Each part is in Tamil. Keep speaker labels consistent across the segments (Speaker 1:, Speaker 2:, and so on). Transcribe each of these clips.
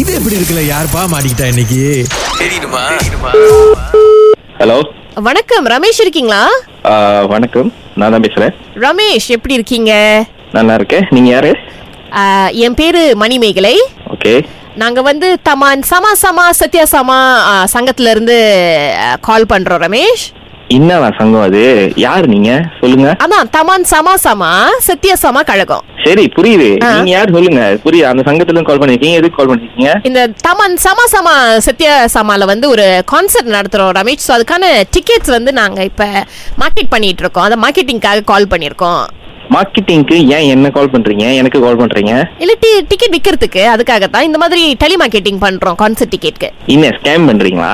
Speaker 1: இது எப்படி இருக்குல்ல யாருப்பா மாட்டிக்கிட்டா இன்னைக்கு
Speaker 2: ஹலோ
Speaker 3: வணக்கம் ரமேஷ் இருக்கீங்களா
Speaker 2: ஆ, வணக்கம் நான் தான் பேசுறேன்
Speaker 3: ரமேஷ் எப்படி இருக்கீங்க
Speaker 2: நல்லா இருக்கேன் நீங்க யாரு
Speaker 3: ஆ, என் பேரு மணிமேகலை
Speaker 2: ஓகே
Speaker 3: நாங்க வந்து தமான் சமா சமா சத்யா சமா ஆ, சங்கத்துல இருந்து கால் பண்றோம் ரமேஷ்
Speaker 2: என்னவா சங்கம் அது யார் நீங்க சொல்லுங்க
Speaker 3: அதான் தமான் சமா சமா சத்யா சமா கழகம்
Speaker 2: சரி புரியுது
Speaker 3: ஆ.
Speaker 2: நீங்க யார் சொல்லுங்க புரியுது அந்த சங்கத்துல இருந்து கால் பண்ணிருக்கீங்க எதுக்கு கால் பண்ணிருக்கீங்க
Speaker 3: இந்த தமான் சமா சமா சத்யா சமால வந்து ஒரு கான்சர்ட் நடத்துறோம் ரமேஷ் ஸோ அதுக்கான டிக்கெட்ஸ் வந்து நாங்க இப்ப மார்க்கெட் பண்ணிட்டு இருக்கோம் அதை மார்க்கெட்டிங்காக கால் பண்ணியிருக்கோம்
Speaker 2: மார்க்கெட்டிங்க்கு ஏன் என்ன கால் பண்றீங்க எனக்கு கால் பண்றீங்க
Speaker 3: இல்ல டிக்கெட் விற்கிறதுக்கு அதுக்காக தான் இந்த மாதிரி டெலி மார்க்கெட்டிங் பண்றோம் கான்சர்ட் டிக்கெட்க்கு
Speaker 2: என்ன ஸ்கேம் பண்றீங்களா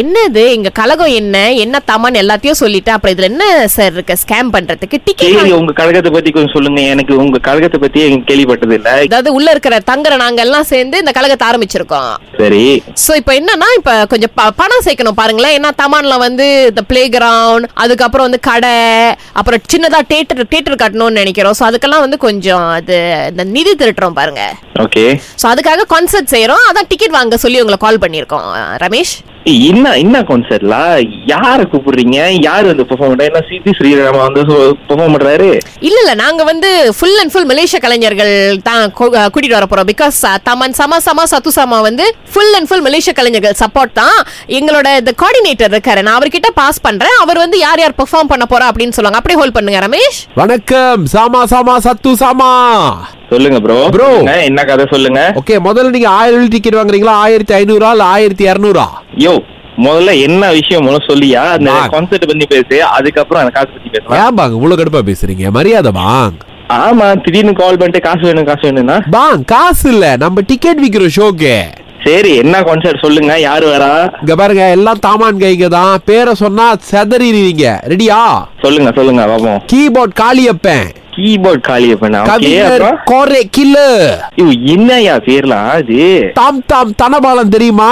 Speaker 3: என்னது எங்க கலகம் என்ன என்ன தமான் எல்லாத்தையும் சொல்லிட்டு அப்புறம் இதுல என்ன சார் இருக்கு ஸ்கேம் பண்றதுக்கு
Speaker 2: சரி
Speaker 3: டிக்கெட்
Speaker 2: உங்க கழகத்தை பத்தி கொஞ்சம் சொல்லுங்க எனக்கு உங்க கழகத்தை பத்தி எனக்கு கேள்விப்பட்டது இல்ல
Speaker 3: அதாவது உள்ள இருக்கிற தங்குற நாங்க எல்லாம் சேர்ந்து இந்த கழகத்தை ஆரம்பிச்சிருக்கோம்
Speaker 2: சரி
Speaker 3: சோ இப்போ என்னன்னா இப்போ கொஞ்சம் ப- பணம் சேர்க்கணும் பாருங்களேன் ஏன்னா தமான்ல வந்து இந்த பிளே கிரவுண்ட் அதுக்கப்புறம் வந்து கடை அப்புறம் சின்னதா தேட்டர் தேட்டர் கட்டணும்னு நினைக்கிறோம் சோ அதுக்கெல்லாம் வந்து கொஞ்சம் அது இந்த நிதி திரட்டுறோம் பாருங்க
Speaker 2: ஓகே
Speaker 3: சோ அதுக்காக கான்சர்ட் செய்றோம் அதான் டிக்கெட் வாங்க சொல்லி உங்களை கால் பண்ணியிருக்கோம் ரமேஷ்
Speaker 2: என்ன என்ன கான்சர்ட்ல யாரை கூப்பிடுறீங்க யார் வந்து பெர்ஃபார்ம் பண்றா என்ன சிபி ஸ்ரீராமா வந்து பெர்ஃபார்ம் பண்றாரு
Speaker 3: இல்ல இல்ல நாங்க வந்து ஃபுல் அண்ட் ஃபுல் மலேசிய கலைஞர்கள் தான் கு- அஹ் கூட்டிட்டு வர போறோம் பிகாஸ் தமன் சமா சமா சத்து சமா வந்து ஃபுல் அண்ட் ஃபுல் மலேசிய கலைஞர்கள் சப்போர்ட் தான் எங்களோட இந்த கோஆர்டினேட்டர் இருக்காரு நான் அவர்கிட்ட பாஸ் பண்றேன் அவர் வந்து யார் யார் பெர்ஃபார்ம் பண்ண போறா அப்படின்னு சொல்லுவாங்க அப்படியே ஹோல்ட் பண்ணுங்க ரமேஷ்
Speaker 4: வணக்கம் சாமா சாமா சத்து சாமா
Speaker 2: சொல்லுங்க ப்ரோ
Speaker 4: Bro.
Speaker 2: என்ன கதை சொல்லுங்க
Speaker 4: ஓகே முதல்ல நீங்க ஆயிரம் வெள்ளி டிக்கெட் வாங்குறீங்களா ஆயிரத்தி ஐநூறா இல்ல ஆயிரத்தி இரநூறா
Speaker 2: யோ முதல்ல என்ன விஷயம் முதல்ல சொல்லியா அந்த
Speaker 4: வாங்க.
Speaker 2: கான்செர்ட் பத்தி பேசு அதுக்கப்புறம் அந்த காசு பத்தி பேசலாம்
Speaker 4: ஏன் பாங்க இவ்வளவு கடுப்பா பேசுறீங்க மரியாதை வாங்க
Speaker 2: ஆமா திடீர்னு கால் பண்ணிட்டு காசு வேணும் காசு வேணும்னா
Speaker 4: பாங் காசு இல்ல நம்ம டிக்கெட் விக்கிறோம் ஷோக்கு
Speaker 2: சரி என்ன கான்செர்ட் சொல்லுங்க யாரு வரா
Speaker 4: இங்க பாருங்க எல்லாம் தாமான் கைங்க தான் பேரை சொன்னா செதறிடுவீங்க ரெடியா
Speaker 2: சொல்லுங்க சொல்லுங்க பாப்போம்
Speaker 4: கீபோர்ட் காளியப்பன்
Speaker 2: கீபோர்ட் காலி பண்ணா ஓகே
Speaker 4: கவிஞர்
Speaker 2: அப்புறம்
Speaker 4: கோரை கில்லு
Speaker 2: ஐயோ, என்னய்யா பேர்லாம் அது
Speaker 4: தாம் தாம் தனபாலன் தெரியுமா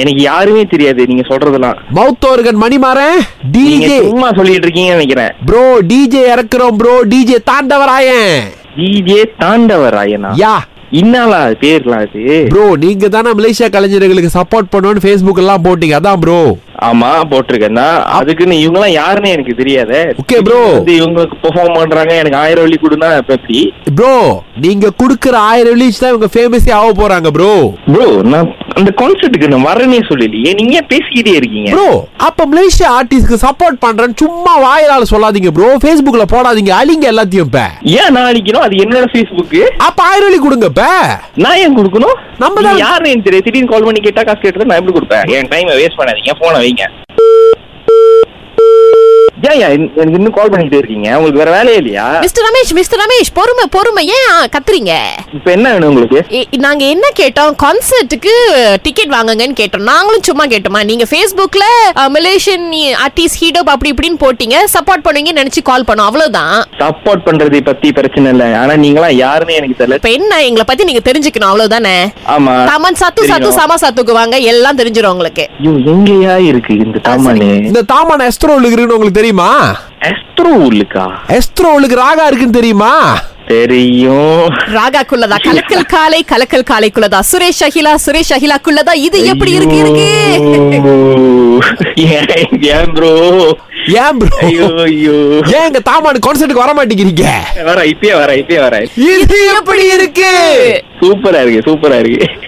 Speaker 2: எனக்கு யாருமே தெரியாது நீங்க சொல்றதெல்லாம்
Speaker 4: மௌத்தோர்கன் மணிமாறன்
Speaker 2: நீங்க
Speaker 4: டிஜே
Speaker 2: சும்மா சொல்லிட்டு இருக்கீங்கன்னு நினைக்கிறேன்
Speaker 4: ப்ரோ டிஜே இறக்குறோம் ப்ரோ டிஜே தாண்டவராயன்
Speaker 2: டிஜே தாண்டவராயனா
Speaker 4: யா
Speaker 2: இன்னாலா அது பேர்லாம் அது
Speaker 4: ப்ரோ நீங்க தானே மலேசியா கலைஞர்களுக்கு சப்போர்ட் பண்ணுவோம்னு Facebook எல்லாம் போட்டீங்க அதான் ப்ரோ
Speaker 2: ஆமா போட்டிருக்கேன்னா அதுக்குன்னு இவங்க எல்லாம் யாருன்னு எனக்கு தெரியாதே
Speaker 4: Okay, bro.
Speaker 2: வந்து இவங்களுக்கு பெர்ஃபார்ம் பண்றாங்க எனக்கு ஆயிரம் வழி கொடுனா இப்ப எப்படி
Speaker 4: ப்ரோ நீங்க குடுக்குற ஆயிரம் ரிலீஸ் தான் இவங்க ஃபேமஸே ஆக போறாங்க ப்ரோ
Speaker 2: ப்ரோ நான் அந்த கான்செர்ட்டுக்கு நான் வரேனே சொல்லலையே நீங்க ஏன் பேசிக்கிட்டே இருக்கீங்க
Speaker 4: ப்ரோ அப்ப மலேசியா ஆர்டிஸ்ட்க்கு சப்போர்ட் பண்றேன்னு சும்மா வாயிலால சொல்லாதீங்க ப்ரோ Facebookல போடாதீங்க அழிங்க எல்லாத்தையும் இப்ப
Speaker 2: ஏன் நான் அழிக்கணும் அது என்னோட ஃபேஸ்புக்கு
Speaker 4: அப்ப ஆயிரம் வழி கொடுங்க இப்ப
Speaker 2: நான் ஏன் கொடுக்கணும்
Speaker 4: நம்ம
Speaker 2: நீ
Speaker 4: தான்
Speaker 2: யாருன்னு எனக்கு தெரியாது திடீர்னு கால் பண்ணி கேட்டா காசு கேட்டா நான் எப்படி கொடுப்பேன் என் டைமை வேஸ்ட் பண்ணாதீங்க போனை வைங்க ஏன் ஏன் எனக்கு இன்னும் கால் பண்ணிக்கிட்டே இருக்கீங்க உங்களுக்கு வேற வேலையே இல்லையா
Speaker 3: மிஸ்டர் ரமேஷ் மிஸ்டர் ரமேஷ் பொறுமை பொறுமை ஏன் கத்துறீங்க
Speaker 2: இப்ப என்ன வேணும் உங்களுக்கு
Speaker 3: இ- நாங்க என்ன கேட்டோம் கான்சர்ட்டுக்கு டிக்கெட் வாங்குங்கன்னு கேட்டோம் நாங்களும் சும்மா கேட்டோமா நீங்க ஃபேஸ்புக்ல மலேசியன் ஆர்டிஸ்ட் ஹீடப் அப்படி இப்படின்னு போட்டீங்க சப்போர்ட் பண்ணுவீங்கன்னு நினைச்சு கால் பண்ணோம் அவ்வளவுதான்
Speaker 2: சப்போர்ட் பண்றது பத்தி பிரச்சனை இல்ல ஆனா நீங்களா யாருன்னு எனக்கு தெரியல
Speaker 3: இப்ப என்ன எங்களை பத்தி நீங்க தெரிஞ்சுக்கணும் அவ்வளவுதானே
Speaker 2: ஆமா
Speaker 3: தமன் சத்து சத்து
Speaker 2: தெரியணும்.
Speaker 3: சமா சத்துக்கு வாங்க எல்லாம் தெரிஞ்சிரும் உங்களுக்கு
Speaker 2: ஐயோ எங்கேயா இருக்கு இந்த தாமானு
Speaker 4: இந்த தாமான எஸ்ட்ரோல் இருக்குன்னு உங்களுக்கு தெரியுமா
Speaker 2: எஸ்ட்ரோ உள்ளுக்கா
Speaker 4: எஸ்ட்ரோலுக்கு ராகா இருக்குன்னு தெரியுமா
Speaker 2: தெரியும்
Speaker 3: ராகா குள்ளதா கலக்கல் காலை கலக்கல் காலை குள்ளதா சுரேஷ் அகிலா சுரேஷ் அகிலா குள்ளதா இது எப்படி இருக்கு இருக்கு
Speaker 2: ஏன் ப்ரோ
Speaker 4: ஏன் ப்ரோ
Speaker 2: ஐயோ ஐயோ
Speaker 4: ஏன் எங்க தாமான கான்சர்ட்டுக்கு வர மாட்டேங்கிறீங்க
Speaker 2: வர இப்பயே வர இப்பயே வர
Speaker 4: இது எப்படி இருக்கு
Speaker 2: சூப்பரா இருக்கு சூப்பரா இருக்கு